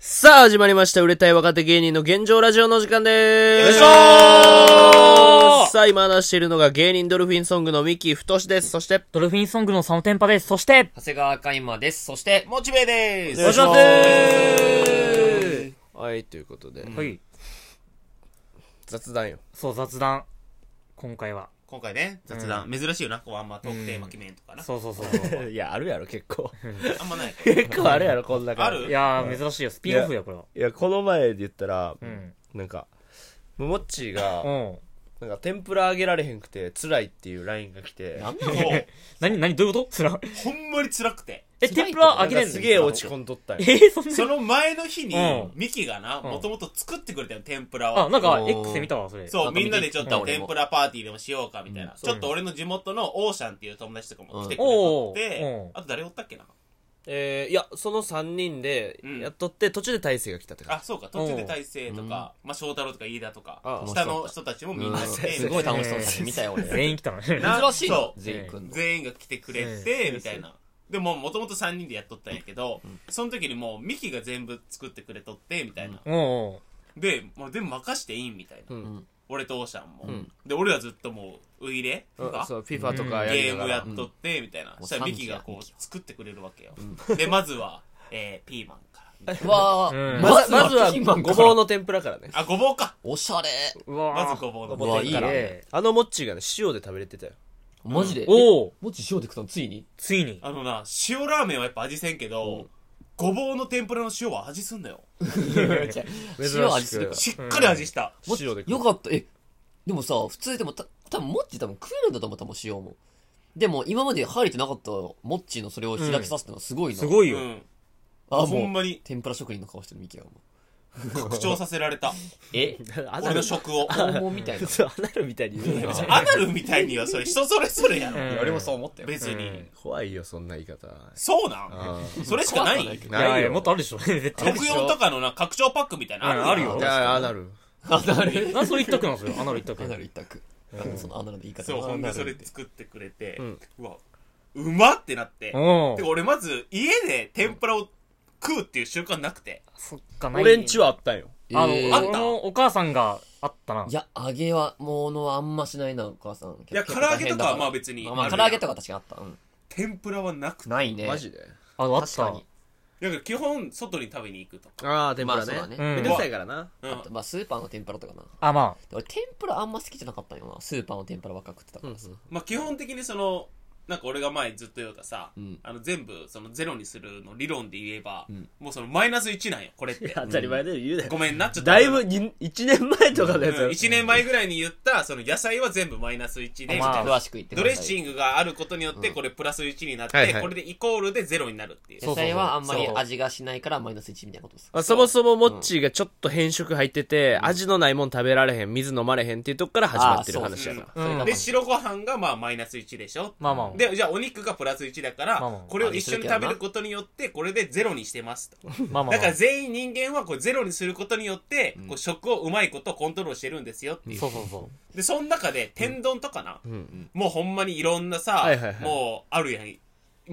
さあ、始まりました。売れたい若手芸人の現状ラジオの時間でーす。さあ、今話しているのが芸人ドルフィンソングの三木太志です。そして、ドルフィンソングのサムテンパです。そして、長谷川海馬です。そして、モチベです。お願いしますはい、ということで、はい。雑談よ。そう、雑談。今回は。今回ね、雑談、珍しいよな、こうあんまトークテーマ決めんとかな。そうそうそう。 いや、あるやろ、結構。 あんまない。結構あるやろ、こんな感あじるいやー、珍しいよ。スピンオフや、これは。いや、この前で言ったら、んなんか、もっちーが、うん。なんか、天ぷらあげられへんくて、辛いっていうラインが来て、なんなのなに、なに、どういうことつら。ほんまに辛くて。え、天ぷらなあんげれかんのすげえ落ち込んどったんえよー、そんそなの前の日にうん、ミキがな、んもともと作ってくれたよ、天ぷらあ、を。なんかお、ー X で見たわ、それ。そう、みんなでちょっとうん俺天もぷらパーティーでもしようか、みたいな。ちょっと俺の地元のオーシャンっていう友達とかも来てくれとっうんおてー、あと誰おったっけなえー、いや、その3人でうんやっとって、途中で大勢が来たって感あ、そうか、途中で大勢とか、まあ、翔太郎とか飯田とかあ、下の人たちもみんな来じ。て、すごい楽しそうになって見たよ、俺。全員来たのね。な珍しいそのう全員来んの。全員が来てくれて、みたいな。でも、もともと3人でやっとったんやけど、その時にもう、ミキが全部作ってくれとって、みたい な。うんうん。で、まあ、でも任していいんみたいな。ん俺とオーシャンも。で、俺らずっともう、ウイレとうんか、そう、FIFA とかやりゲなーがムやらっ。とって、みたいな。うそしたらミキがこミう、作ってくれるわけよ。で、まずは、えー、ピーマンから。うわうーんまずまずはピーマンからごぼうの天ぷらからね。あ、ごぼうかおしゃれうわまーずごぼうのうわいいねいいねあのもっちーがね、塩で食べれてたよ。マジでおおもち塩で食ったのついについに。あのな、塩ラーメンはやっぱ味せんけど、ごぼうの天ぷらの塩は味すんだよ。珍しく塩味するかしっかり味した。も塩で食うよかった。え、でもさ、普通でもた、多分もっち多分食えるんだと思ったもん、塩も。でも、今まで入れてなかったもっちのそれを開きさせたのはすごいな。すごいうよ。ん。あ、ほもんまう、に天ぷら職人の顔してるミキはもう。拡張させられた。えあ俺の食を。肛門みたいな。そう、アナルみたいに言うな。 アナルみたいにはそれ人それぞれやろ。うん俺もそう思った別うにん。怖いよ、そんな言い方。そうなんあそれしかない怖くはないけいどないよやいや、もっとあるでしょ。 絶対あるでし64とかのな、拡張パックみたいなのやんうんあ。あじるよゃあ、アナル。アナルょ。なんでそれ一択なんですよ。アナル一択ア。ナル一択。そのアナルの言い方そう、ほんでそれで作ってくれてん、うわ、うまってなって。おてーか俺まず家で天ぷらを食うっていう習慣なくて。そっか、ない。俺んちはあったんよ。あの、えあー俺のお母さんがあったな。いや、揚げは、ものはあんましないな、お母さん。いや、結唐構揚大げ変とだかはらまあ別に。まあ、唐揚げとか確かにあった。うん天ぷらはなくて。ないね。マジで。あ、あっ確かた。に。だから基本外に食べに行くとか。ああ、天まぷあ、らそうだねね。。うんめんどくさいからな。うんあとまあ、スーパーの天ぷらとかな。あ、まで俺、天ぷらあんま好きじゃなかったんよな。スーパーの天ぷらばっか食ってたからさ。まあ基本的にその、なんか俺が前ずっと言うたさうん、あの全部そのゼロにするの理論で言えばん、もうそのマイナス1なんよ、これって。当たり前で言うだよ。ごめんな、ちょっと。だいぶ、に一年前とかのやつうやん、1年前ぐらいに言った、その野菜は全部マイナス1で、みまたあい詳な。しく言ってくドだレッさいシングがあることによって、これプラス1になって、はいはいこれでイコールで0になるっていう。そう野菜はあんまりそう味がしないからマイナス1みたいなことです。まあ、そもそもモッチーがちょっと変色入ってて、味のないもん食べられへん、水飲まれへんっていうとこから始まってる話やから。あうんそれがで、白ご飯がまあマイナス1でしょ。まあまあで、じゃあお肉がプラス1だから、まあまあこれを一緒に食べることによって、これで0にしてますと。あ、まあまあ。だから全員人間はこうゼロにすることによって、こう食をうまいことコントロールしてるんですよっていう。そうそうそう。で、その中で天丼とかな、もうほんまにいろんなさ、はいはいはいもうあるやん。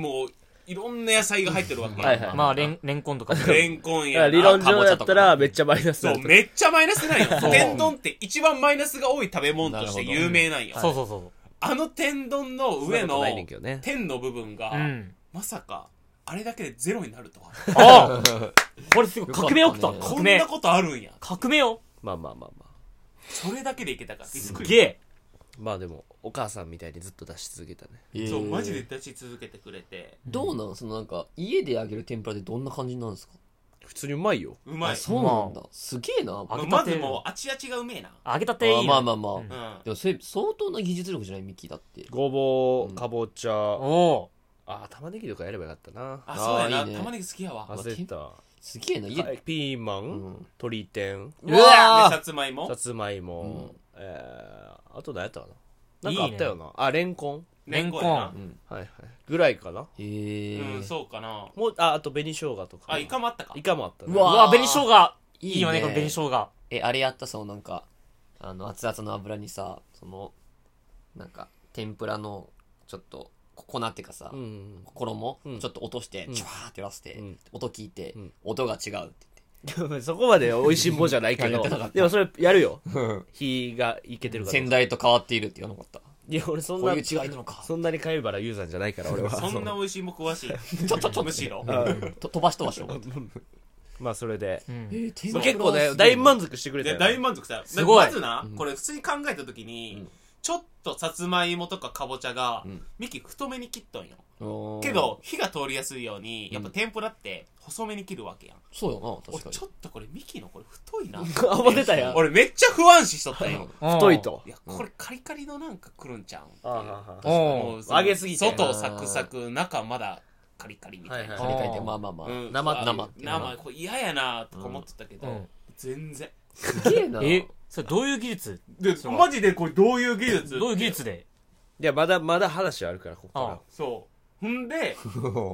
もういろんな野菜が入ってるわけやん。はいはいまあ、レン、レンコンとか。レンコだンかやらん理論上やったらあめっちゃマイナスそだう、った。めっちゃマイナスなんよ。そう天丼って一番マイナスが多い食べ物として有名なんよ。そうそうそあの天丼の上そんなことのないねんけどね天の部分がう。う、ん。まさか、あれだけでゼロになる とあは。これすごい革命起きた。よかったねこ革ん命な。ことあるんや。革命よ。まあまあまあまあ。それだけでいけたから。びっくりゲー。まあでも、お母さんみたいにずっと出し続けたね。そう、えーマジで。出し続けてくれて。どうなんそのなんか、家で揚げる天ぷらでどんな感じなんですか普通にうまいよ。うまあい。そうなんだ。すげえな。あまああ揚げまたずてもう、あちあちがうめえな。揚げたていいね。まあまあまあ。んうでもそれ相当な技術力じゃないミキだって。ごぼう、かぼちゃ、あおあ、玉ねぎとかやればよかったな。ん。あ、そうやあな。ーいいね玉ねぎ好きやわ。焦った。すげえな。家で。ピーマン、ん鶏天、ううわわでーさつまいもさ。つまいも、うんえー、あと何やったかななんかあったよな。あ、レンコンレンコンやなレンコはいはい。ぐらいかな。へうん、ー。そうかな。もう、あ、あと紅生姜とか。あ、イカもあったかイ。カもあったね。ううわわ、紅生姜。いいいねいよね、この紅生姜。え、あれやったそのなんか、あの、熱々の油にさ、その、なんか、天ぷらの、ちょっと、粉っていうかさう、ん。 衣うんちょっと落として、チュワーってやらせて、うん音聞いて、うん音が違うって言って。そこまで美味しんぼじゃないけやっどてなかっ。たでもそれやるよ。日がいけてるから。先代と変わっているって言わなかった。いや、俺そんこうないう、違いなのか。そんなに貝原雄山じゃないから、俺は。そんな美味しいもん詳しい。ち ょっとむしろ。と飛ばし飛ばしを。まあ、それで。えー天ぷら結構ね、大満足してくれたでよ。大満足さ。すごいまずな、これ普通に考えたときに、ちょっとさつまいもとかかぼちゃが、ミキ太めに切っとんよ。おーけど、火が通りやすいように、やっぱ天ぷらって細めに切るわけやん。そうよな、俺確かにち。ょっとこれミキのこれ太いな。あ、もう出たやん。俺めっちゃ不安視しとったんよ。太い。とい。や、これカリカリのなんか来るんちゃうんっていああああう。うああん。その揚げすぎて外サクサク、中まだカリカリみたいな。はい借りたいって、まあまあまあ。うん生うわ生っていうの生、これ嫌やなとか思ってたけど、うん全然。すげえな。え、それどういう技術で、そうマジでこれどういう技術どういう技術でいや、まだ、まだ話はあるから、ここそう。ほんで、か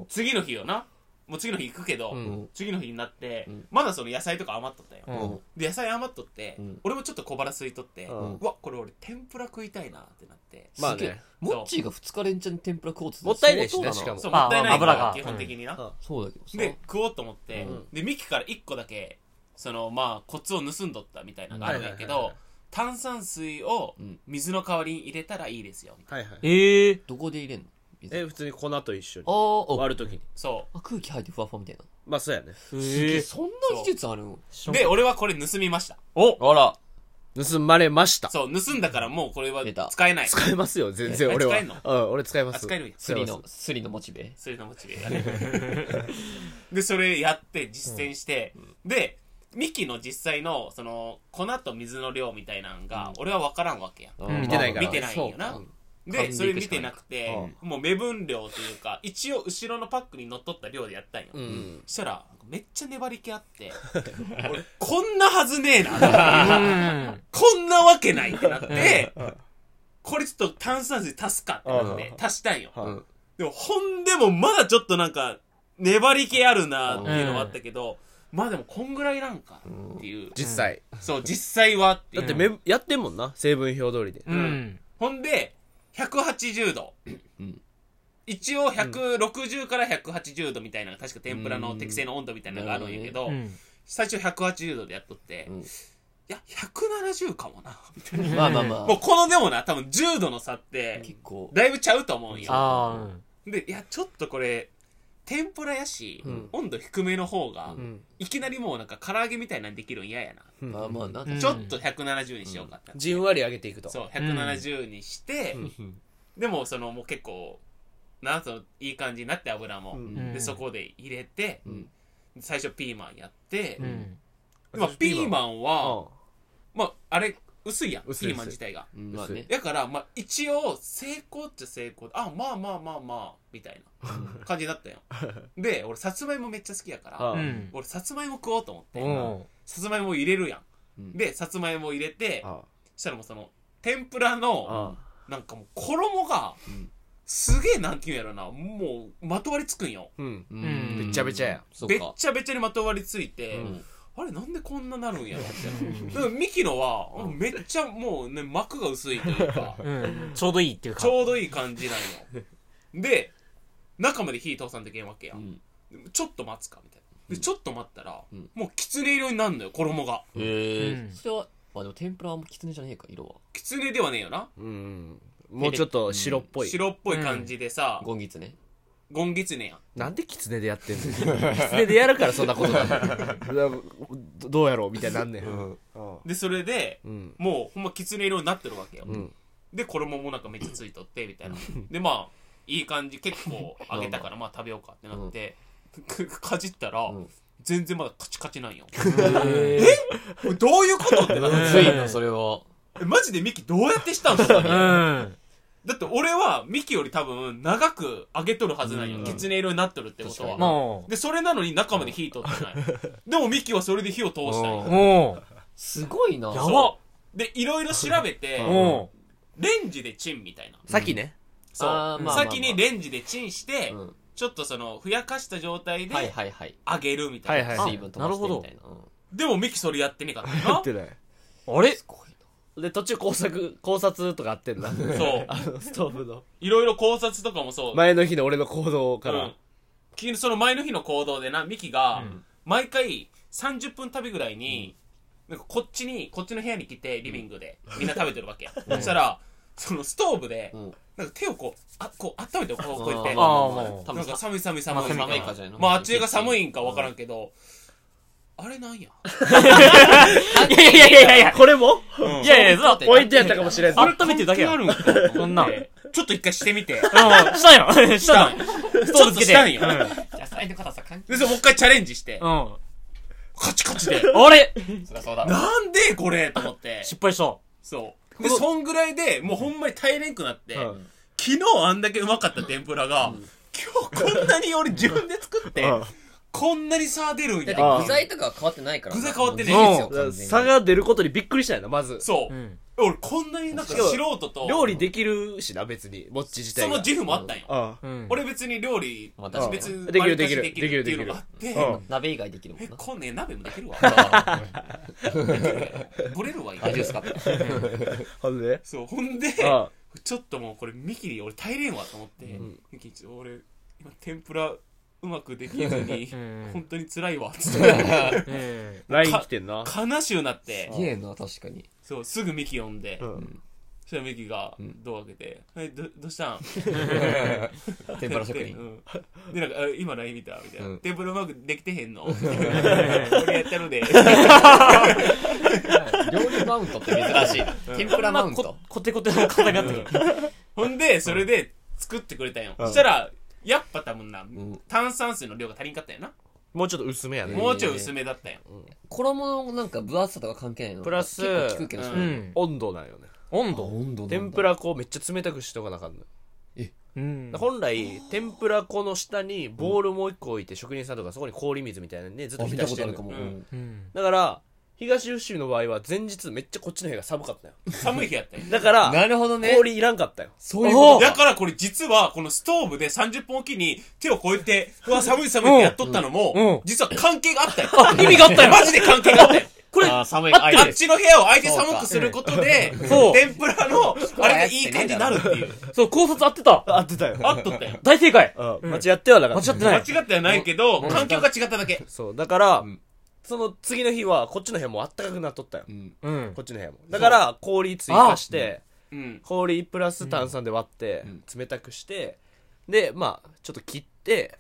次の日よな。もう次の日行くけど、ん次の日になって、まだその野菜とか余っとったよ。うんうんで、野菜余っとって、ん俺もちょっと小腹空いとって、ううんわ、これ俺天ぷら食いたいなってなって。まあねすげえモッチーが2日連チャンに天ぷら食おうとするもったいないしね相当だしかもそう、もったいないああから、油が基本的にな。そうだけどさ。で、食おうと思って、うんで、ミキから1個だけ、その、まあ、コツを盗んどったみたいなのがあるんやけうんはいはいはいはどい、炭酸水をうん水の代わりに入れたらいいですよ。みたいなはいはい。ええ。どこで入れんの水え、普通に粉と一緒にあ。ーあ割るときに。そあ、空気入ってふわふわみたいな。まあ、そうやね。ええ。そんな技術あるのう。で、俺はこれ盗みました。あら。盗まれました。そう、盗んだからもうこれは出た使えない。使えますよ、全然え俺は。使えんのうん、俺使えまあす。使えるんやスリ使えのま、スリのモチベ。それのモチベやねで、それやって実践して、で、ミキの実際の、その、粉と水の量みたいなんが、俺は分からんわけや。見てないから見てないんよなそうか。で、そ勘でれいく見しかてないなくて、もう目分量というか、一応後ろのパックに乗っ取った量でやったんよ。んそしたら、めっちゃ粘り気あって、俺、こんなはずねえ な。うん。こんなわけないってなって、これちょっと炭酸水足すかってなって、足したんよ。うんうんでも、ほんでもまだちょっとなんか、粘り気あるなっていうのはあったけど、まあでもこんぐらいなんかっていう。実際。そう、実際はっていだう。ってめ、やってんもんな、成分表通りで。うん。ほんで、180度。一応160から180度みたいなのが確か天ぷらの適正の温度みたいなのがあるんやけど、うん。最初180度でやっとって、うんいや、170かもな、みたいな。まあまあまもうあ。このでもな、多分10度の差って、結構。だいぶちゃうと思うんよ。ああ、うん。で、いや、ちょっとこれ、天ぷらやし、ん温度低めの方が、んいきなりもうなんか唐揚げみたいなんできるん嫌やな。まあまあな。うんちょっと170にしようかってなって、じんわり上げていくと。そう、170にして、でもそのもう結構、なんといい感じになって油も。んで、そこで入れて、ん最初ピーマンやって、うん。まあピーマンは、うん。まああれ、薄いやん、薄いピーマン自体が。うんまあね。だから、まあ、一応、成功っちゃ成功。あ、まあまあまあまあ、みたいな感じだったよ。で、俺、さつまいもめっちゃ好きやから、ううん。俺、さつまいも食おうと思って、うん。さつまいも入れるやうんん。で、さつまいも入れて、あそしたらもうその、天ぷらあの、あなんかもう、衣がん、すげえなんていうんやろな、もう、まとわりつくんよ。あ。うん。うんべっちゃべちゃや。そうべっか。ちゃべちゃにまとわりついて、んあれなんでこんななるんやろって。だからミキのは、めっちゃもうね、膜が薄いというか、うん。ちょうどいいっていうか。ちょうどいい感じなんよ。で、中まで火通さんといけんわけや。んちょっと待つか、みたいな。で、ちょっと待ったら、んもうきつね色になるのよ、衣が。へうんえ。それは、まあでも天ぷらはあんまきつねじゃねえか、色は。きつねではねえよな。うん。もうちょっと白っぽい。白っぽい感じでさ、ゴンギツね。ゴンギツネやん。なんで狐でやってんの 狐でやるからそんなことだ どどうやろうみたいになんねん。うん。で、それで、うん。もうほんまきつね色になってるわけよ。んで、衣もなんかめっちゃついと って、みたいな。で、まあ、いい感じ、結構揚げたから、まあ食べようかってなって、くかじったら、ん全然まだカチカチなんよ。 えこれどういうことってなってついな、それは。えマジでミキどうやってしたんすかうん。だって俺はミキより多分長く揚げとるはずなんよ。きつね色になっとるってこと確かは。にもで、それなのに中まで火通ってない。 でもミキはそれで火を通したんう。よ。もう。すごいな。やそうばで、いろいろ調べて、もレンジでチンみたいな。さっきね。そう。あーまあまあまあ先にレンジでチンして、うんちょっとその、ふやかした状態ではいはいはい。揚げるみたいな。はいはい水分飛ばしてみたいな。うんでもミキそれやってねえか らやなっ。てない。う。あれすごいで、途中工作、考察とかあってんだ。そ う。あの、ストーブの。いろいろ考察とかもそう。前の日の俺の行動かうらん。。きその前の日の行動でな、ミキが、毎回、 30分旅ぐらいに、なんかこっちに、こっちの部屋に来て、リビングで、みんな食べてるわけや。そしたら、そのストーブで、うんなんか手をこう、あ、こう、温めて、こう、こうやって、あーなもう多分んか寒い寒い寒まあい寒い寒いかじゃないのまあ、あっちが寒いんかわからんけど、あれなんや。いやいやいやいやいや。これもいやいや、そう。ポイントやったかもしれんぞ。温めてるだけやあん。うるん。んか。そんなちょっと一回してみて。したんよ。したんよ。ストちーょブっつとけ。してたんよ。野菜の硬さ関係で、ない。それもう一回チャレンジしてう、ん。うん。カチカチで、あれそりゃそうだろ。なんでこれと思って。失敗した。そう。で、そんぐらいで、もうほんまに耐えれんくなって、うん昨日あんだけうまかった天ぷらが、今日こんなに俺自分で作って、こんなに差出るんや。だって具材とかは変わってないから。具材変わってねいですよう完全に。差が出ることにびっくりしたよな、まず。そう、うん俺こんなになんかしかも素人と、料理できるしな、別に。もっち自体そが。の自負もあったんよ。ああ。うん。俺別に料理、まあ確かに別にできるできる割りかしできるっていうのがあって、うんうん鍋以外できるもんえ、な。こんね鍋もできるわ。 ブレるわ、今大丈夫ですかほんでそう、ほんで、ああ。ちょっともうこれミキリ俺耐えれんわと思って、ミキちょ俺今天ぷらうまくできずにうん本当に辛いわっつってうん。ライン来てんな。 悲しゅうなってすげえな、確かに。そうすぐミキ呼んで、うんそしたらミキがドア開けて「えどどうしたん?」天ぷら職う人。ん、でなんかあ「今 LINE 見た」みたいな、うん天ぷらうまくできてへんの?」俺やったので」そ料理マウントって珍しい。天ぷらマウントこ。コテコテの肩になってる。うほんでそれで作ってくれたんよ、そしたらやっぱ多分な、ん炭酸水の量が足りんかったよな、もうちょっと薄めやね。もうちょい薄めだったんよ、衣のなんか分厚さとか関係ないのプラス結構聞くけど、うんうん。温度なんよね。温度温度なんだ天ぷら粉をめっちゃ冷たくしとかなあかんの。うん。本来、天ぷら粉の下にボールもう一個置いて、職人さんとかそこに氷水みたいなのね、ずっとあ見浸たこしとてあるるかの。も。ううんんだから、東吉野の場合は前日めっちゃこっちの部屋が寒かったよ。寒い日やったんよだから、なるほどね。氷いらんかったよ。そういうことだか。からこれ実はこのストーブで30分おきに手をこうやって、うわ、寒い寒いってやっとったのうんうもん、実は関係があったよ。意味があったよマジで関係があったよ。これ、あー寒い。合ってああっいちの部屋を相手寒くすることで、そう天ぷらの、あれがいい感じになるっていう。そう、考察合ってた。合ってたよ。あっとったよ。大正解。うんん間違ってはなかった。間違ってない間違ってはないけど、環境が違っただけ。そう、だから、んその次の日は、こっちの部屋もあったかくなっとったよ。うん。うんこ。っちの部屋も。だから、氷追加して、うん。氷プラス炭酸で割って、ん冷たくして、で、まあ、ちょっと切って、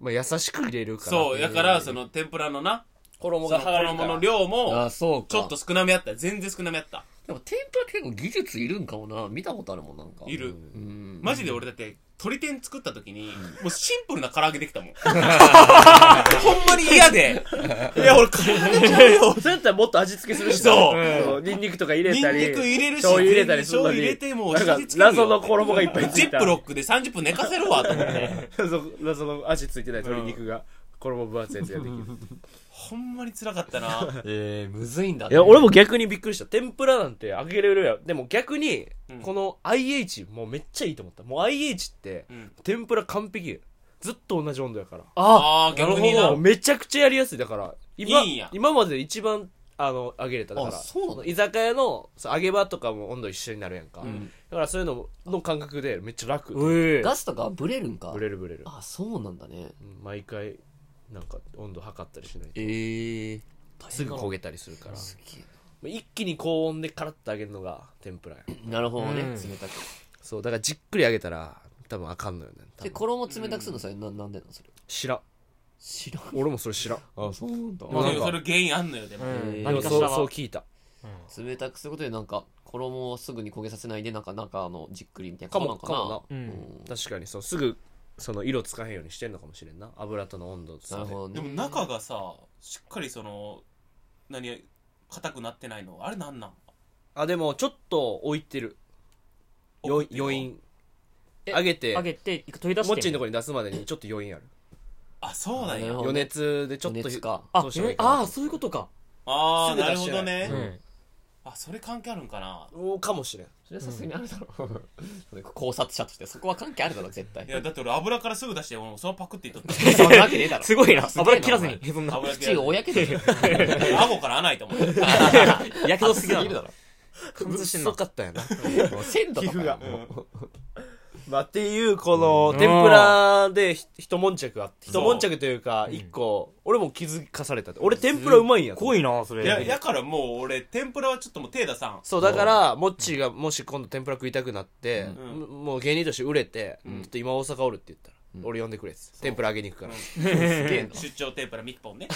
まあ、優しく入れるから。そう、だから、その天ぷらのな、衣そがの剥がれるか衣らの量あもー、、そうか。ちょっと。少なめあった。全然少なめあった。でも天ぷら結構技術いるんかもな。見たことあるもん、なんか。いる。うん。マジで俺だって、鶏天作った時に、もうシンプルな唐揚げできたもん。 ほんまに嫌で。いや、俺、唐揚げちゃうよ。そうやったらもっと味付けするしなそううんニンニクと か入れニンニたり。ク入れるし、醤油入れたりするの醤油に。入れてもう、なんか、謎の衣がいっぱいつジいた。ップロックで30分寝かせるわ、と思って。そう謎の味付いてない鶏肉が、衣分厚いやつができる。ほんまに辛かった な。えー、むずいんだいや、俺も逆にびっくりした。天ぷらなんてあげれるやん。でも逆にうん、この IH もうめっちゃいいと思った。もう IH ってう、ん天ぷら完璧。ずっと同じ温度やから。あーなるほど逆になもうめちゃくちゃやりやすい。だから、今、いいんや今までで一番、あの、揚げれた。だから、あそうなの居酒屋のそう揚げ場とかも温度一緒になるやんか。んだからそういうのの感覚でめっちゃ楽。ブうえ。ガスとかブレるんか。レるブレる。あ、そうなんだね。うん毎回、なんか温度測ったりしないと。ええ。すぐ焦げたりするから。すげ一気に高温でカラッと揚げるのが 天ぷらやん。えなるほどね。うん冷たく。そうだからじっくり揚げたら多分あかんのよね多で、分衣冷たくするのそれ、な、なんでなのそれ。知らん知らん。俺もそれ知らんあ、そうなんだもうなんでかもそれ原因あんのよ、でも。うんで何もかそしうらそうは。聞いた冷たくすることでなんか衣をすぐに焦げさせないでなんかなんかあのじっくりみたいなかもことなのかうな、ん確かにそうすぐその色つかへんようにしてんのかもしれんな油との温度となるほどでねも中がさ、しっかりその、何、硬くなってないの。あれなんなんあでもちょっと置いてるよ置いてる余韻え揚げてあげて、一回取り出して。もっちのとこに出すまでにちょっと余韻あるあ、そうなんなやるほ。ど余熱でちょっと余熱かあ、どうしたらいいかなああ、そういうことか。すあー、ぐな出るしほてどないうんね。。あ、それ関係あるんかな。おかもしれんそれはさすがにあるだろ うそれ考察者としてそこは関係あるだろう絶対いや、だって俺油からすぐ出して、俺もそのパクって言っと った。そんなわけねえだろすごいな。すげえ油切らずに。そんな。油切口らがずおやけ で顎から穴開いたもん。 やけどすぎすぎるるだろ。だろ貫通してん薄な。かったやなもう鮮度とか皮膚がもうまあ、っていう、この、天ぷらでひ一悶着あって、一悶着というか、一個、俺も気づかされた。俺天ぷらうまいんやと。濃いな、それ。や、やからもう俺、天ぷらはちょっともう手出さん。そう、だから、モッチーがもし今度天ぷら食いたくなって、ももう芸人として売れて、ちょっと今大阪おるって言ったら、俺呼んでくれっつって天ぷらあげに行く から。出張天ぷらミッポンね。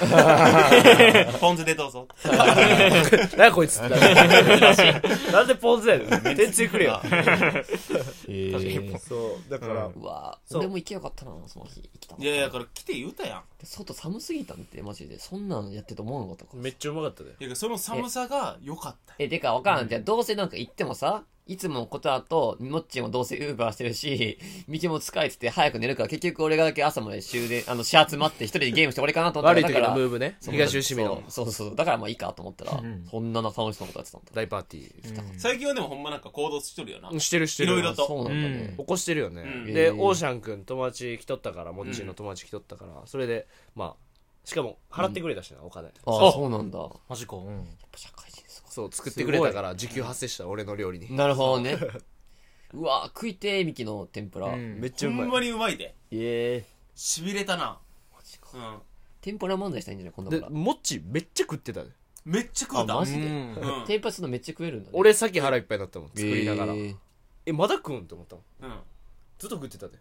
ポン酢でどうぞ。 なこいつってなる なんでポン酢やね ん。天つゆくれよ。えーそう、だから、うわそう俺も行けよかったな、その日。行きたのいやいや、だから来て言うたやん。で外寒すぎたんって、マジで。そんなのやってると思わなかったから。めっちゃうまかったで。いや、その寒さが良かったよ。え、てか、わからん。じゃあ、どうせなんか行ってもさ、いつものことだと、もっちもどうせウーバーしてるし、道も疲れてて早く寝るから、結局俺がだけ朝まで終電、あの、始発待って一人でゲームして俺かなと思っ悪たいら、時だかのらムーブね。そう東吉見のそうそうそう。だからまあいいかと思ったら、そんな楽しそうなことやってたんだ。大パーティー。最近はでもほんまなんか行動しとるよな。してるしてる。いろいろとそうなんだね。起こしてるよね、うんで、えーオーシャン君友達来とったからモッチーの友達来とったから、それでまあしかも払ってくれたしな、お金ああ、そうなんだ。やっマジか。うん。ぱ社会人ですか。そう作ってくれたから時給発生した俺の料理に、なるほどね。 うわ食いてえ、ミキの天ぷら。んめっちほゃうんままいにうまいで。ええ痺れたな。マジか。うん。天ぷら漫才したいんじゃない今度でから。モッチーめっちゃ食ってたでめっちゃ食うた。あうマんジで うん天ぷらするのめっちゃ食えるんだね。俺さっき腹いっぱいになったもん作りながら、えええまだ食うんって思ったもんうん。ずっと食ってたで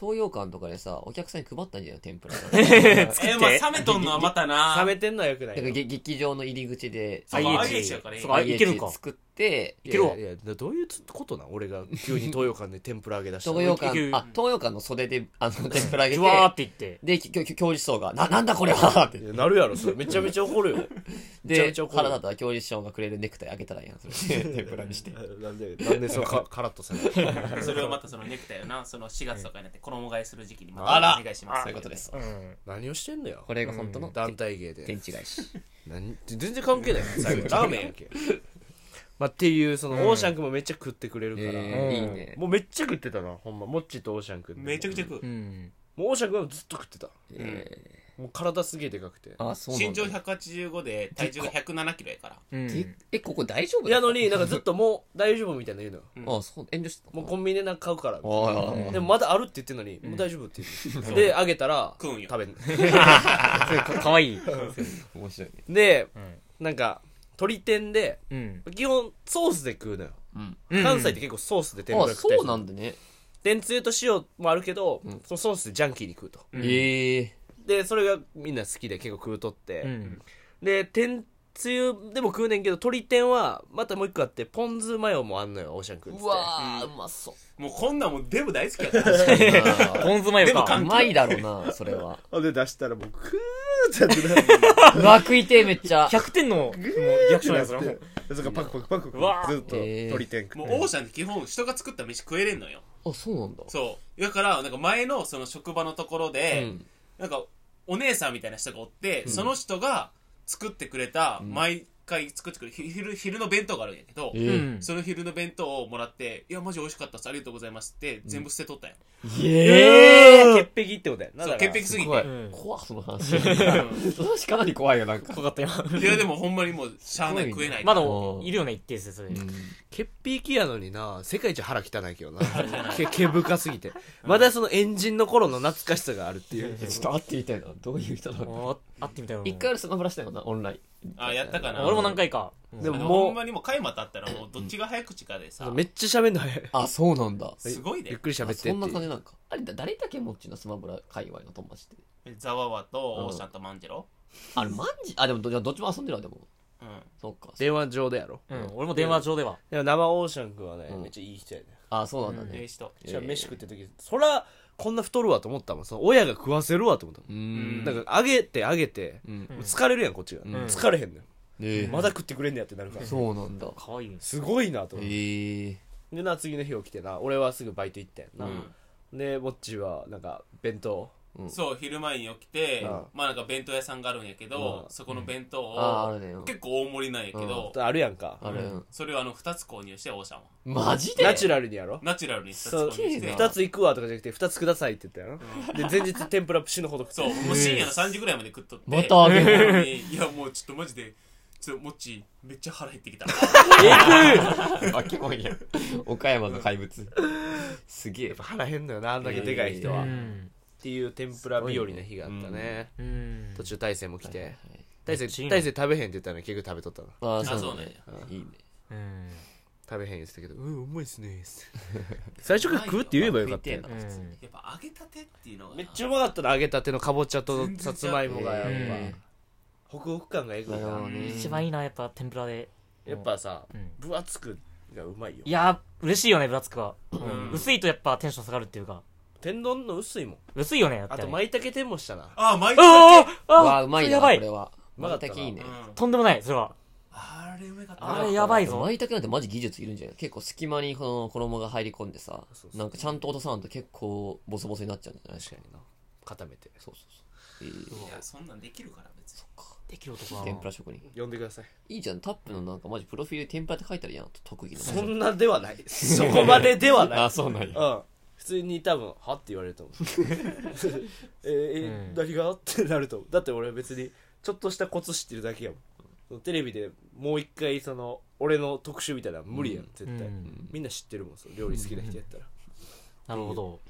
東洋館とかでさ、お客さんに配ったんじゃないの天ぷら。 え、まあ、冷めとんのはまたな。冷めてんのはよくないだよからげ劇場の入り口で、そうか IH IH やからいいそうかあいけるんか作って、いけろやいやいやどういうことなん俺が急に東洋館で 天ぷら揚げ出した東洋館いける、あ、東洋館の袖で、 あの、天ぷらあげ、ジュワーってていって。で、きょきょ教授層が、な、なんだこれはってい。やなるやろそれめちゃめちゃ怒るよめちゃでめちゃ怒、る原田とは教授層がくれるネクタイあげたらいいやん、そ れ。天ぷらにし て。なんでなんでそう かカラッとされる それをまたそのネクタイをな、その4月とかになって衣替えする時期にまあたらお願いします。そういうことです。うん。何をしてんのよこれが本当の団体芸で天地返し。何 全然関係ない最後ラーメンやんけ まあっていうその、オーシャン君もめっちゃ食ってくれるから、ええいいうんね。もうめっちゃ食ってたなほんまモッチーとオーシャン君でめちゃくちゃ食うう。ん。もうオーシャン君はずっと食ってたええもう体すげえでかくてあ、そうなん身だ長。185で体重が107キロやから。うん。え、えここ大丈夫やのになんかずっともう大丈夫みたいな言うのよあ、そう、遠慮してた。もうコンビニでなんか買うからみたいなああ、でもまだあるって言ってんのに、もう大丈夫って言ってであげたら食うんよ食べんかかわいい。面白いね。でうん。なんか鶏天でうん。基本ソースで食うのよ、うん。関西って結構ソースで天ぷらあ、食ったりそすうるなんだね。天つゆと塩もあるけど、そのソースでジャンキーに食うとええでそれがみんな好きで結構食うとって、うん。で天つゆでも食うねんけど鶏天はまたもう一個あってポン酢マヨもあんのよオーシャン君っつっうてわー、うまそう。もうこんなんもうデブ大好きやから。 ポン酢マヨでもかかう。まいだろうな、それは。 あで出したらもうクーってやってうわ、食いてえ、めっちゃ。 100点のもうリアクションやつな。それからパクパクパクうわずっとえー鶏天食もっうて、オーシャンって基本人が作った飯食えれんのよ。あ、そうなんだ。そう。だから、なんか前のその職場のところで、うんなんかお姉さんみたいな人がおって、その人が作ってくれた、毎回作ってくれるひ昼、昼の弁当があるんやけど、うえん。その昼の弁当をもらって、いや、マジ美味しかったです。ありがとうございますって、全部捨てとったんよ。えー、潔癖ってことやなそう、潔癖すぎて。うん。怖っその話。その話かなり怖いよ、なんか。怖かった今。いや、でもほんまにもう、しゃあない食えない。まだいるよね、一定数、それ。潔癖やのにな世界一腹汚いけどな け毛深すぎてまだそのエンジンの頃の懐かしさがあるっていうちょっと会ってみたいな。どういう人なのああってみたいな。一回俺スマブラしたよな、オンライン。あ、やったかな。俺も何回か。であものもほうんまにもう、回またあったら、もう、どっちが早口かでさ、めっちゃ喋んの早い。あ、そうなんだ。すごゆいっで。くり喋ってっていあう。そんな感じなんか。あれ、だ誰だけ持ちのスマブラ界隈の友達って。ザワワと、オーシャンとマンジェロ。あれ、マンジ、あ、でもどじゃあどっちも遊んでるわ、でも。うん。そっか。電話上でやろ。うん。俺も電話上では。でも生オーシャン君はね、うんめっちゃいい人やね。あ、そうなんだええね。人。じゃあ飯食ってる時、そら、こんな太るわと思ったもん。その親が食わせるわと思ったも。うんん。なんか、あげてあげて、疲れるやん、こっちが。疲れへんのよ。えまだ食ってくれんねやってなるから。そうなんだ。かわいい。すごいなと思って。ええでな、次の日起きてな、俺はすぐバイト行ったやんな。で、ぼっちは、なんか、弁当。そう、昼前に起きてうん、まあなんか弁当屋さんがあるんやけど、うんそこの弁当あーあをるねうん、結構大盛りなんやけど、あるやんか。あれ、それをあの、2つ購入して、オーシャンは。マジでナチュラルにやろ。ナチュラルに2つそう、購入しすげえてな、二つ行くわとかじゃなくて、二つくださいって言ったやろ。で、前日天ぷら死ぬほど食ってそう、もう深夜の3時ぐらいまで食っとって。またあげるなのにいや、もうちょっとマジで、ちょっともっちめっちゃ腹減ってきた あ、キモいやん。岡山の怪物。すげえ。腹減んのよなあんだけでかい人は、うっていう天ぷら日和な日があったねうん途中大勢も来てい大勢大勢食べへんって言ったのに結局食べとったのああそうなんや。いいね。うん食べへん言ってたけどうんうまいっすね 最初から食うって言えばよかったようんやっぱ揚げたてっていうのがめっちゃうまかったの揚げたてのかぼちゃとさつまいもがやっぱ、全然違うホクホク感がえぐいなうん一番いいなやっぱ天ぷらでやっぱさ、うん分厚くがうまいよいやー嬉しいよねブラツクはん薄いとやっぱテンション下がるっていうか天丼の薄いもん薄いよねやっぱありと舞茸天もしたなああ毎日あーあーうわ、うまいな、やこばれいは。うまかまったなたきいいね。うんとんでもないそれはあれうめかったあれやばいぞ舞茸なんてマジ技術いるんじゃない結構隙間にこの衣が入り込んでさそうそうなんかちゃんと落とさないと結構ボソボソになっちゃうんじゃない確かにな固めてそうそうそう、えーいやそんなんできるから別にできる男は天ぷら職人呼んでくださいいいじゃんタップのなんかマジプロフィール天ぷらって書いてあるやん特技のそんなではない そこまでではないあそうなんやうん普通に多分はって言われると思う えーえうん何がってなると思うだって俺別にちょっとしたコツ知ってるだけやもんそのテレビでもう一回その俺の特集みたいなの無理やん絶対、うんみんな知ってるもんその料理好きな人や ったらなるほど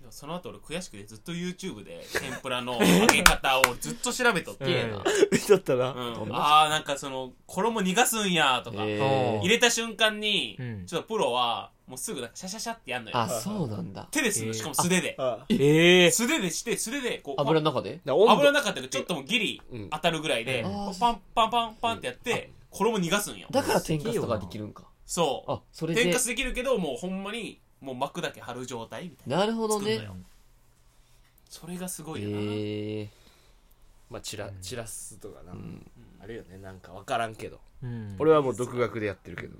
でもその後俺悔しくてずっと YouTube で天ぷらの揚げ方をずっと調べとっうんて、えな見とったな、うんああなんかその衣逃がすんやとか、えー入れた瞬間に、うんちょっとプロはもうすぐなんかシャシャシャってやんのよあそうなんだ手でするえのーしかも素手で、あええ素手でして素手でこう油パンの中でな温度油の中でちょっともうギリうん当たるぐらいで、うんこうパンパンパンパンってやって、衣逃がすんよだから天かすとかできるんかそうあそれ天でかすできるけどもうほんまにもう膜だけ張る状態みたいななるほど作んのねよそれがすごいよな、ええまあ散ら散らすとかな、あるよねなんか分からんけど、うん俺はもう独学でやってるけど、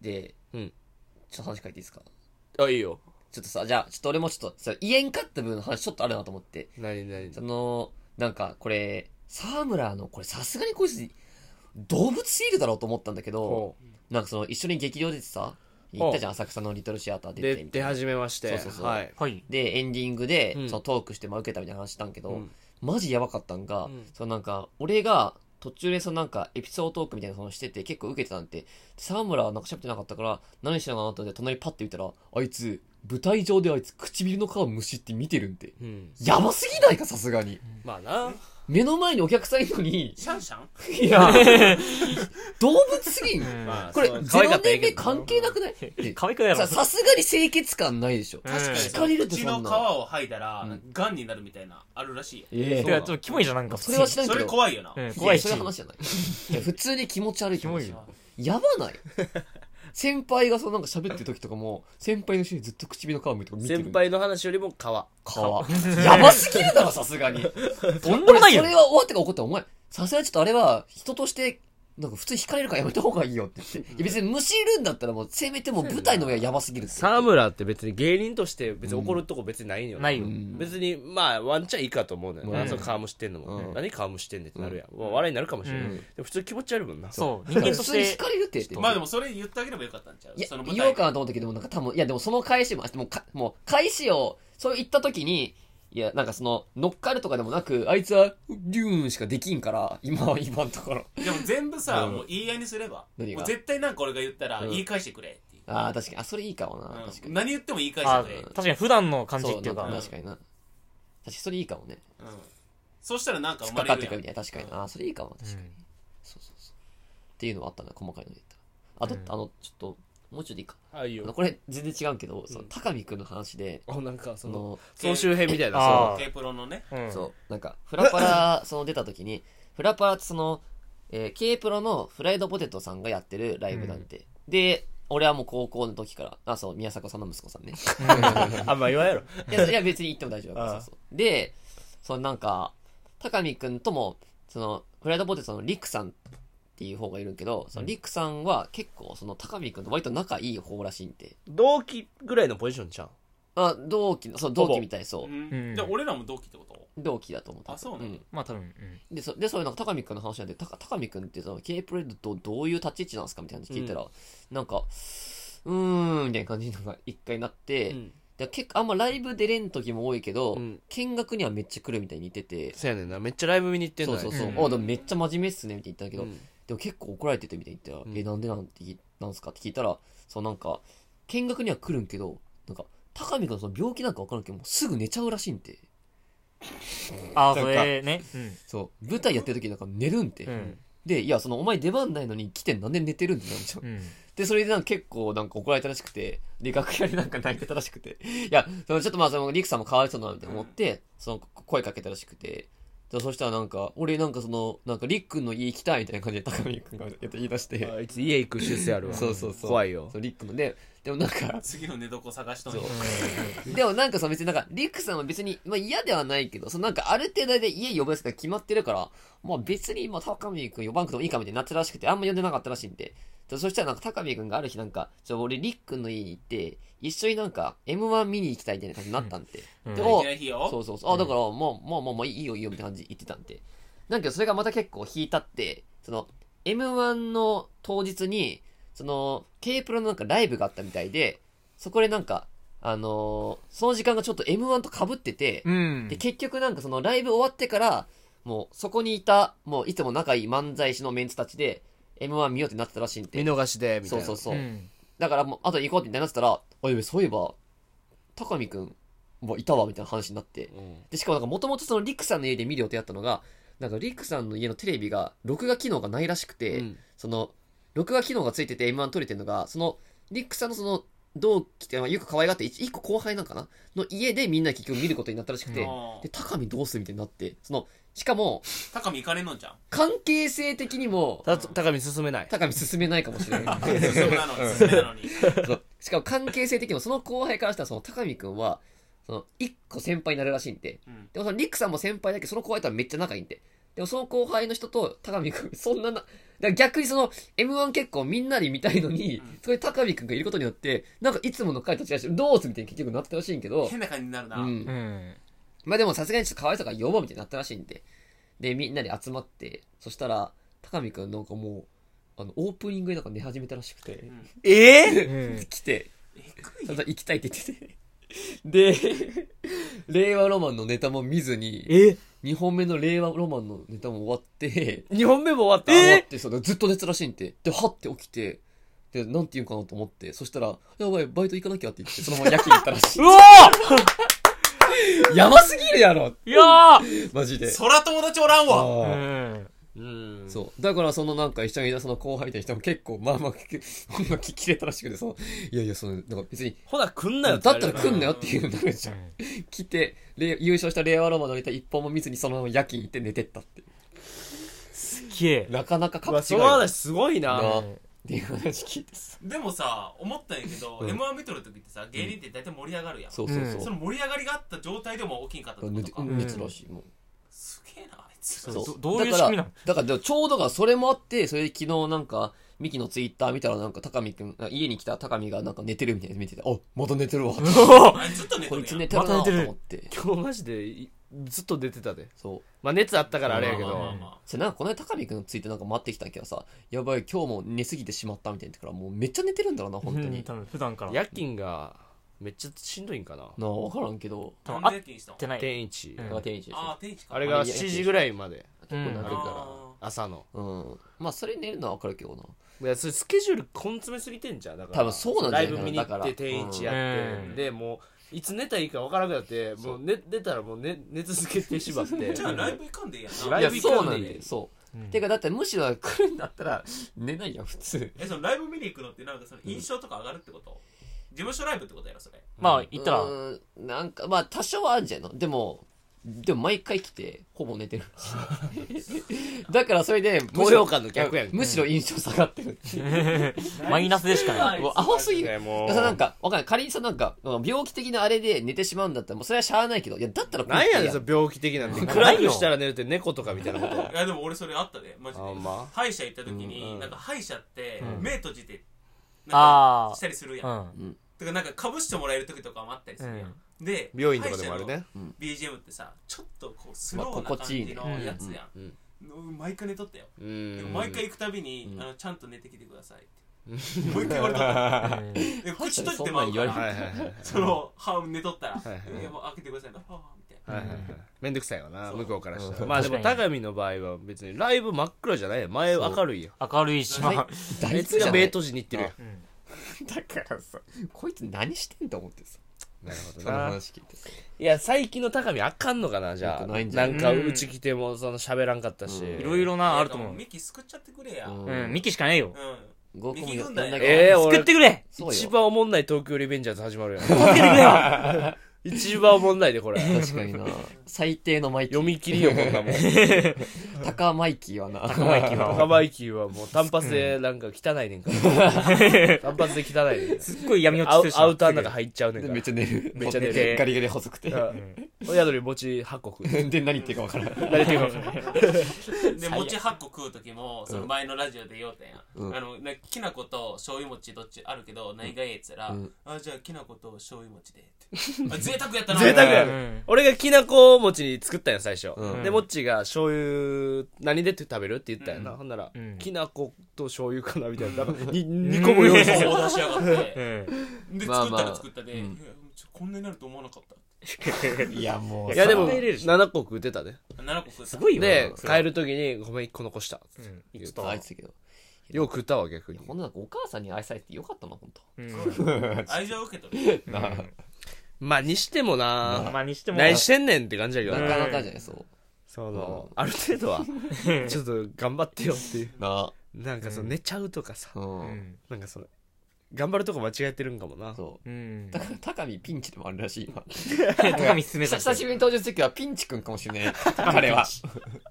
でうんちょっと話変えていいですかあいいよちょっとさじゃあちょっと俺もちょっとさ言えんかった分の話ちょっとあるなと思って何何その、なんかこれ、沢村の、これさすがにこいつ、動物すぎるだろうと思ったんだけどほ、なんかその一緒に劇場出てさ、行ったじゃん、浅草のリトルシアター出てでみた出いな。始めましてそうそうそうはいはいで、エンディングでう、んそのトークして、まあ受けたみたいな話したんけど、うんマジやばかったんが、うんそのなんか、俺が途中でそのなんかエピソードトークみたいなのしてて結構受けてたんて、沢村はなんか喋ってなかったから、何してんのかなと思って隣パッて見たら、あいつ、舞台上であいつ唇の皮むしって見てるんで。うん、やばすぎないか、さすがに。まあな目の前にお客さんいるのに、シャンシャンいや、 動物すぎん。まあこれ、その可愛か0ったらい年いけ目ど関係なくない可愛くないやろささすがに清潔感ないでしょ。確かに惹かれるって血そのん皮な。を剥いだら、癌になるみたいな、あるらしいよ。えいやちょっとキモいじゃんなんかそれは知らんそけれど。怖いよな。うんいや怖いしそれは話じゃない。 いや普通に気持ち悪い気持ちキモいよ。やばない先輩がそのなんか喋ってる時とかも、先輩の人にずっと唇の皮向いて見てる。先輩の話よりも皮皮。やばすぎるだろ、さすがに。とんでもないよ俺それは終わってから怒ったら、お前、さすがにちょっとあれは、人として、なんか普通惹かれるからやめた方がいいよって言って。いや別にむしるんだったらもう、せめてもう舞台の上はやばすぎるって言って沢村って別に芸人として別に怒るとこ別にないんよ、ないよ別にまあワンチャンいいかと思うのよ、うんなん、その皮むしてんのも、うん何皮むしてんねんってなるやん、まあ笑いになるかもしれない、うんでも普通気持ち悪いもんなそう人間と普し通に惹てかれるって言って。まあでもそれ言ってあげればよかったんちゃういやその、舞言お台うかなと思ったけど、でもなんか多分、いやでもその返しも、あもうか、もう返しを、そう言った時に、いや、なんかその、乗っかるとかでもなく、あいつは、デューンしかできんから、今は 今のところ。でも全部さ、うんもう言い合いにすれば。何がもう絶対なんか俺が言ったら、うん言い返してくれっていう。ああ、確かに。あ、それいいかもな。うん確かに。何言っても言い返あしてくれ。確かに普段の感じそっう、ていなんうかか確かにな。確かにそれいいかもね。うんそうしたらなんか突生っまかかれってるやくるんみ。たいな。確かに。ああ、それいいかも。確かに。そうそうそう。っていうのはあったな、細かいので言ったら。あと、あの、ちょっと、もうちょっといいか。あいいあのよこれ、全然違うけど、その、高見くんの話で、あなんかそそのの、総集編みたいなあそうケープロのね。うんそう、なんか、フラパラ、その出た時に、フラパラってその、えー、K プロのフライドポテトさんがやってるライブなんて。で、俺はもう高校の時から、あ、そう、宮迫さんの息子さんね。あんま言わんやろいや、いや別に行っても大丈夫だからああそうそうで、そのなんか、高見くんとも、その、フライドポテトのリクさんっていう方がいるけど、そのリクさんは結構、その高見くんと割と仲いい方らしいんで。同期ぐらいのポジションちゃうあ、同期の、そう、同期みたい、そうう。んじゃあ俺らも同期ってこと同期だと思った。あそうなんだまあ多分うんで、そで、そういうなんか高見くんの話なんで、たか高見くんってその K プロでどどういう立ち位置なんですかみたいな話聞いたら、なんか、うーん、みたいな感じになんか一回なって、うんでだから結構あんまライブ出れん時も多いけど、うん見学にはめっちゃ来るみたいに似てて、そうやねんな。めっちゃライブ見に行ってんそのうよそうそう、うんおでもめっちゃ真面目っすねみたいに言ったけど、うんでも結構怒られててみたいに言ったら、うんえなんでなんて聞いなんすかって聞いたらそうなんか見学には来るんけどなんか高見君のその病気なんか分からんけどもうすぐ寝ちゃうらしいんてあー、それね。そう舞台やってる時なんか寝るんて、うん。でいやそのお前出番ないのに来てなんで寝てるんってなるじゃんうん。で、それでなんか結構なんか怒られたらしくて、で、楽屋でなんか泣いてたらしくて、いや、そのちょっとまあ、その、リクさんも変わりそうだな、みたいな思って、その、声かけたらしくて、で、そしたらなんか、俺なんかその、なんか、リックンの家行きたいみたいな感じで高見君が言い出して、あいつ家行く習性あるわ。そうそうそう。怖いよそ。うリックンので、でもなんか、次の寝床探しとんそう でもなんかさ、別になんか、リックさんは別に、まあ嫌ではないけど、そのなんかある程度で家呼ぶやつが決まってるから、まあ別に、まあ高見くん呼ばんくてもいいかみたいになってたらしくて、あんま呼んでなかったらしいんで。でそしたらなんか高見くんがある日なんか、ちょ、俺リックんの家に行って、一緒になんか M1 見に行きたいみたいな感じになったんで。うんでうおいけない日よそうそうそう。あ、だから、まあまあまあまあいいよいいよみたいな感じで言ってたんで。なんかそれがまた結構引いたって、その、M1 の当日に、その、K プロのなんかライブがあったみたいで、そこでなんか、あのーその時間がちょっと M1 と被ってて、うんで、。結局なんかそのライブ終わってから、もうそこにいた、もういつも仲いい漫才師のメンツたちで、M1 見ようってなってたらしいん見で。逃しで、みたいそうな。そうそう。うんだからもう、あと行こうってなってたら、あ、やべ、そういえば、高見くん、もういたわ、みたいな話になって。うんで、しかもなんかもともとそのリックさんの家で見る予定だったのが、なんかリックさんの家のテレビが、録画機能がないらしくて、うんその、録画機能がついてて M1 撮れてるのが、その、リックさんのその、同期って、まあ、よく可愛がって、一一個後輩なんかなの家でみんな結局見ることになったらしくて、うんで、高見どうするみたいになって、その、しかも、高見行かれんのんじゃん関係性的にも、た高見進めない。高見進めないかもし れない。そうなのにそうなのにそうしかも関係性的にもその後輩からしたらその高見くんはその一個先輩になるらしいんで、うんでもそのリックさんも先輩だけどその後輩とはめっちゃ仲いいんででもその後輩の人と高見くん そんななだから逆にその m 1結構みんなに見たいのに、うんそこに高見くんがいることによってなんかいつもの彼と違うしどうするみたいに結局なったらしいんけど、変な感じになるな、うんうん。まあでもさすがにちょっと可愛さが呼ぼうみたいになったらしいんで、で、みんなで集まって、そしたら、高見くんなんかもう、あの、オープニングでなんか寝始めたらしくて、んえうん来て、えただ行きたいって言ってて。で、 令和ロマンのネタも見ずに、え2本目の令和ロマンのネタも終わって、 ?2 本目も終わった。終わって、そうずっと寝てたらしいんで、で、はって起きて、で、なんて言うんかなと思って、そしたら、やばい、バイト行かなきゃって言って、そのまま夜勤行ったらしうわい。 やばすぎるやろーいやマジで。そら友達おらんわあーーうん。うん。そう。だから、そのなんか一緒にいたその後輩みたいな人も結構、まあま あ、ほんま聞きれたらしくて、その、いやいや、その、なんか別に、ほな、来んなだよったら誰来んなよっていうのになるじゃん。来て、れ優勝した令和ロマンのネタ一本も見ずにそのまま夜勤行って寝てったって。すげえ。なかなかう格わ、違そいのよっ話すごいな。なあうんていう話聞いてさ。でもさ思ったんやけど、うん m 1見とる時ってさ芸人って大体盛り上がるやん、そうそううんそその盛り上がりがあった状態でも大きいんかったってう。こ寝とてか、ん寝てたらしい、もう。すげえなあいつそうそうどどういうだから仕組みなのだから、ちょうどがそれもあって、それで昨日なんか、ミキのツイッター見たらなんか高見くん、家に来た高見がなんか寝てるみたいなの見てて、あ、また寝て るわ。あいつずっと寝てこるいやつん寝てるなまたと寝てる思って。今日マジでい、ずっと出てたで。そう。まあ、熱あったからあれやけまあまあど。まあまあそれなんかこの間高見くんのツイートなんか待ってきたんやけどさ、やばい、今日も寝すぎてしまったみたいな言ってから、もうめっちゃ寝てるんだろうな、本当うんに。多分普段から。夜勤が、めっちゃしんどいんかな。なあ、わからんけど。多分なあんでっ天気にしたのてない。天一う。んだから天一でしょああ天気かあれあがれ夜7時ぐらいまで。結構泣くあかれら。あ朝の。うん。まあ、それ寝るのはわかるけどな。いや、それスケジュール根詰めすぎてんじゃん。だから。多分そうなんじゃラなイいかブな見に行だっかて、ら天一やって、うんで、もう、いつ寝たらいいか分からなくなって、もう寝寝たらもう寝寝続けてしまって。ー じゃあライブ行かんでええやラんなイイや、ブ行そうかんなでいんいだよ。そう。うんてか、だってむしろ来るんだったら、寝ないやん、普通。えそのライブ見に行くのってなんかその印象とか上がるってこと、事務所ライブってことやろそれまあ、行ったらう、ーんなんか、まあ、多少はあるんじゃないのでも、でも毎回来て、ほぼ 寝てるらしいだからそれで、高揚感の逆やんむしろむしろ印象下がってる。マイナスでしかない。もうアホすぎる。ねもうだからなんか、わかんない。仮にさ、なんか、病気的なあれで寝てしまうんだったら、もうそれはしゃあないけど、いや、だったらなんやねん、そその病気的なんて。 暗くしたら寝るって猫とかみ たいなこと。いやでも俺それあったでマジで、あほんま歯医者行った時に、うんうんなんか歯医者ってうん目閉じてなんあかあ。したりするやん、うん。てかなんかかぶしてもらえる時とかもあったりするやん、で病院とかでもあるね。歯医者の BGM ってさちょっとこうスローまあな心感地いいじねのやつやん、うんの毎回寝とったよ、うんでも毎回行くたびに、うんあのちゃんと寝てきてくださいってもう一回言われた ので入っ口た閉じらそんてなまんう言わかれるらははいいはいはい。その半寝とったらはいはいいやもう開けてください」みたいな「みたいなはいはいはいめんどくさいわな、そう向こうからしたうら。んまあでも、確かに高見の場合は別にライブ真っ暗じゃないよ前明るいよ。明るいし、まあ、あいつがベート時に行ってるよ。だからさこいつ何してんだ思ってさなるほそどのな。話聞いてさいや、最近の高見あかんのかな、じゃよあ。くないんじなゃんか、うち来ても、その、喋らんかったし。うんいろいろな、あると思う。ミキ救っちゃってくれや」ううんんうん、ミキしかねえよ。合コンも右や軍ん団なやきゃええ、作俺っ、てくれそう一よ番おもんない東京リベンジャーズ始まる やん。助けてくれよ 一番おもんないで、これ。確かにな最低のマイキー読み切りよ、こんなもん。高マイキーはな高マイキ ーは高マイキーはもう単発でなんか汚いねんから。単発で汚いねんかすっごい闇ら。落アちウしてるしアウターの中入っちゃうねんかでらめっ。ちゃ寝る めっちゃ寝て ガリガリ細くてうん親鳥餅8個食う。で何言ってるか分からん何ていうか分からんで餅8個食う時もその前のラジオで言おうたやん、うんあのなんかきな粉と醤油餅どっちあるけど何がええっつったら、うんあじゃあきな粉と醤油餅でってあ贅沢や ったな贅沢やうろん俺がきなこ餅に作ったんや最初、うんでもっちが醤油何でって食べるって言ったんやな、うんほんなら、うんきなこと醤油かなみたいななんかに2個も用意してそう出しやがってうん。で、まあまあ作ったら作ったで、うんいやちょこんなになると思わなかった いやもういやでも食べれるし7個食うてたね7個食ったすごいよ。でそれ帰る時にごめん1個残したうん言うちょっとあいつだけどよう食ったわ逆にほんとなんかお母さんに愛されてよかったな本当うん愛情を受け取るなあまあにしてもな、まあにしても。何してんねんって感じやけどなな、かなかじゃないそうそのある程度はちょっと頑張ってよっていうななんかその寝ちゃうとかさ、ううんんなんかその頑張るとこ間違えてるんかもなそううん。だから高見ピンチでもあるらしい 今高見進めた。久しぶりに登場する時はピンチくんかもし れない彼はい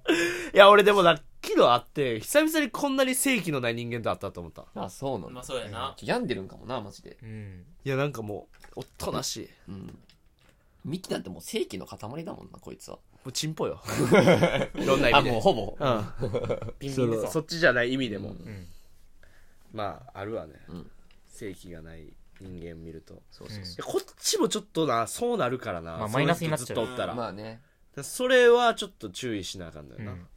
や俺でもな昨日会って久々にこんなに正気のない人間と会ったと思ったあそうなんまだあそうやな、病んでるんかもなマジでうん。いやなんかもうおっとなしいもうんミキなんてもう正規の塊だもんなこいつはうチンポよいろんな意あ味でもうほぼうビんンそビンでのさ。そっちじゃない意味でも、うん。まああるわね、うん正気がない人間見るといそうそうそやこっちもちょっとなそうなるからな、まあそういうマイナスになっちゃう人ずっとおったら,、うまあねそれはちょっと注意しなあかんのよな、うん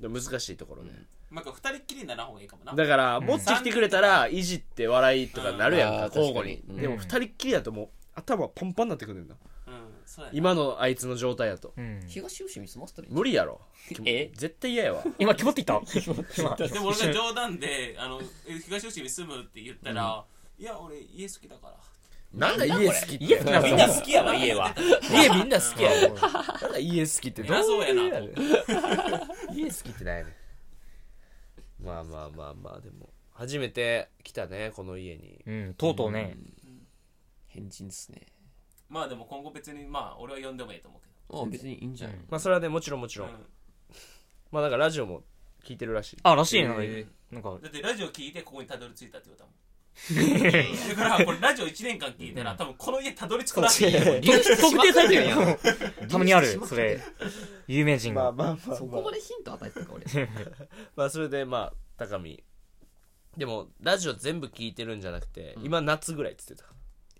で難しいところね、なんか二人っきりにならん方がいいかもなだから、もっち来てくれたら、いじって笑いとかなるやんうんか、あー交互に確か。にうんでも、二人っきりだともう、頭パンパンになってくるんだ。うんそうやな今のあいつの状態だと。うん。東吉見済ませたらいい無理やろ。え絶対嫌やわ。今、キモっていった今でも俺が冗談であのえ東吉見住むって言ったら、いや俺家好きだから なんだ家好きって。家好きなのみんな好きやわ、家は。家みんな好きや わ。なんだ家好きってどういう意味やねん。家好きってないねん。まあまあまあまあ、でも、初めて来たね、この家に。うん、とうとうね。変人っすねまあでも今後別にまあ俺は呼んでもいいと思うけあ別にいいんじゃないまあ、それはね、もちろんもちろど、んう。んまあ、だからラジオも聞いてるらしい。あ、らしいね。えなんか、だってラジオ聞いてここにたどり着いたってことだもん だからこれラジオ1年間聞いたら多分この家たどり着くなっていう特定されてるややんん。 たまにあ る、それ。有名人まあが。まあまあまあ。そこまでヒント与えてたか俺まあそれでまあ高見でもラジオ全部聞いてるんじゃなくて、今夏ぐらいっつってた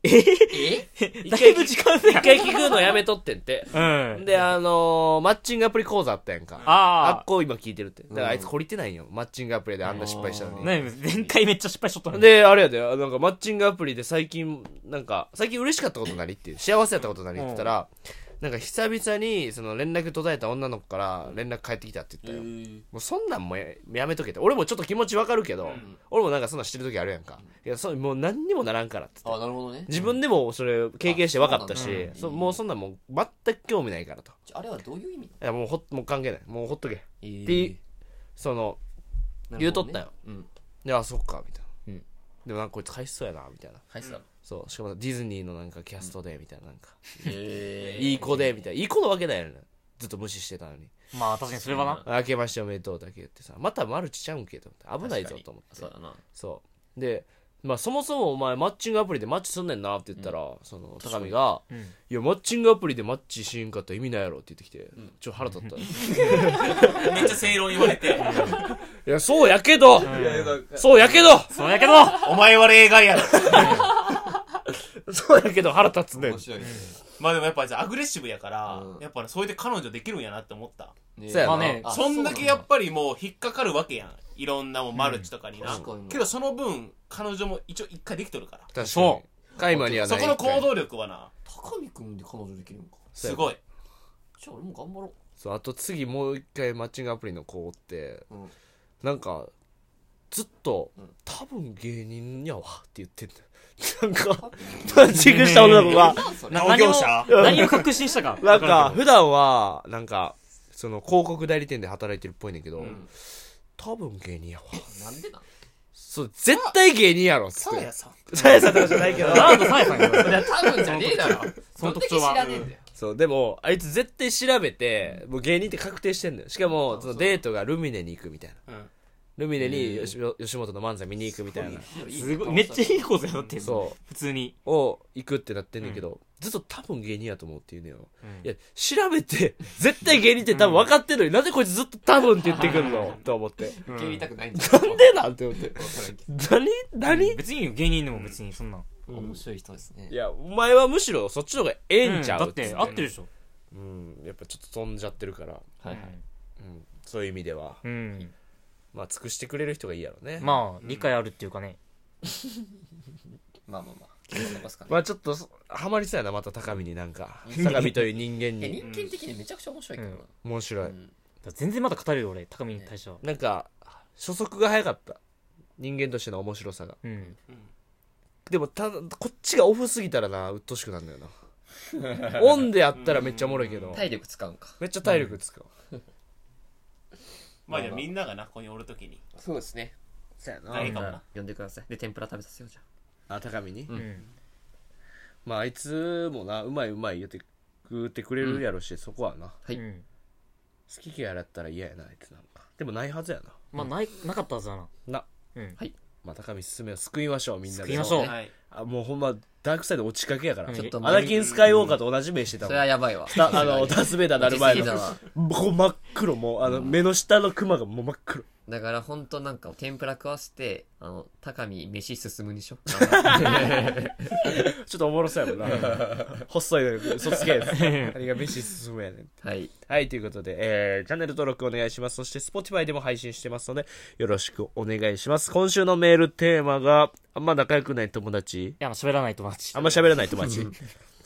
え一回時間一回聞くのやめとってんってうん。であのーマッチングアプリ講座あったやんかあっあこ今聞いてるってだからあいつ懲りてないんよマッチングアプリであんな失敗したのあ。に、ね、前回めっちゃ失敗しとったのに。 であれやでなんかマッチングアプリで最近なんか最近嬉しかったこと何っていう幸せやったこと何って言ったら、なんか久々にその連絡途絶えた女の子から連絡返ってきたって言ったよ、もうそんなんもややめとけって俺もちょっと気持ちわかるけど、うん俺もなんかそんなんしてる時あるやんか、いやそうもう何にもならんからっつって あなるほどね自分でもそれ経験して分かったし、あそうなんだそもうそんなんもう全く興味ないからとじゃああれはどういう意味いやもうほっもう関係ないもうほっとけえーでそのなるほどね言うとったようんいやそっかみたいな、うんでもなんかこいつ返しそうやなみたいな返すだろそうしかもディズニーのなんかキャストでみたいななんか、へいい子でみたいないい子のわけないよねずっと無視してたのにまあ、確かにそれはな。明けましておめでとうだけ言ってさまたマルチちゃうんけと思って危ないぞと思ってそうだなそうで、まあ、そもそもお前マッチングアプリでマッチすんねんなって言ったら、その高見が、うんいやマッチングアプリでマッチしんかったら意味ないやろ」って言ってきて、ちょっと腹立った、いめっちゃ正論言われてやそうやけど、そうやけどそうやけどお前は例外やろ。そうやけど腹立つね面白いね まあでもやっぱアグレッシブやから、うんやっぱねそれで彼女できるんやなって思ったねそうやなまあねあそんだけやっぱりもう引っかかるわけやんいろんなもうマルチとかにな、うん確かにけどその分彼女も一応一回できとるから確かにそカイマにはなそいこの行動力はな高見君で彼女できるのかそうすやごいじゃあ俺も頑張ろうそうあと次もう一回マッチングアプリの子って、うんなんかずっと、ん多分芸人やわ」って言ってんだよ なんかマッチングした女の子がなんそれな何同業を者何を確信したか。なんか、普段はなんかその広告代理店で働いてるっぽいねんけど、ん多分芸人やわなんでなんそう絶対芸人やろっつっサーヤてさんさやさんとかじゃないけどなんとサイさんがいや多分じゃねえ だろその特徴はどんだけ知らねえんだよそうでもあいつ絶対調べてもう芸人って確定してんのよしかもそのデートがルミネに行くみたいなうんルミネに吉吉本の漫才見に行くみたいなすごい、めっちゃいいことやだって。そう普通に。を行くってなってんねんけど、ずっと多分芸人やと思うって言うねんよ、いや調べて絶対芸人って多分分かってるのに、なんでこいつずっと多分って言ってくんのと思って受け入れたくないんだなんでなんて思って何何、別にいいよ芸人でも別にそんな。面白い人ですねいやお前はむしろそっちの方がええんちゃうだって合ってるでしょ。うんやっぱちょっと飛んじゃってるから、はいはいうん、そういう意味ではうん。まあ尽くしてくれる人がいいやろねまあ、理解あるっていうかね。まあまあまあ気にしますかねまあちょっとそハマりそうやなまた高見になんか高見という人間いやに人間的にめちゃくちゃ面白いけどな面白い、全然まだ語るよ、俺。高見に対しては。なんか初速が早かった人間としての面白さがうん。でもただこっちがオフすぎたらな鬱陶しくなるんだよなオンでやったらめっちゃおもろいけど体力使うんかめっちゃ体力使う、まあじゃあみんながなここにおるときにそうですねそうやないかもな呼んでくださいで天ぷら食べさせようじゃんあ高見に、うん。まああいつもなうまいうまい言って食ってくれるやろし、そこはな好はいうんき嫌いだったら嫌やなあいつなんかでもないはずやなまあ、ない、なかったはずだな。なうん。まあ高見進めを救いましょうみんなで救いましょうはいあもうほんまダークサイド落ちかけやから、うんちょっとちょっとアナキン・スカイウォーカーと同じ目してたもそれんはやばいわだあのダース・ベイダーなる前落ち着いたのわこう真っ黒もうあの目の下のクマがもう真っ黒 だから本当なんか天ぷら食わせてあの高見飯進むに しょちょっとおもろそうやもんな。 細いのに、嘘つけです。あれが飯進むやねん。はいはい、ということで、えー、チャンネル登録お願いします。そして、Spotify でも配信してますので、よろしくお願いします。今週のメールテーマが、あんま仲良くない友達、いや、まあ喋らない友達。あんま喋らない友達、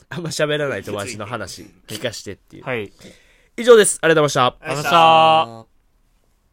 あんま喋らない友達の話、聞かしてっていう。はい。以上です。ありがとうございました。ありがとうございました。あー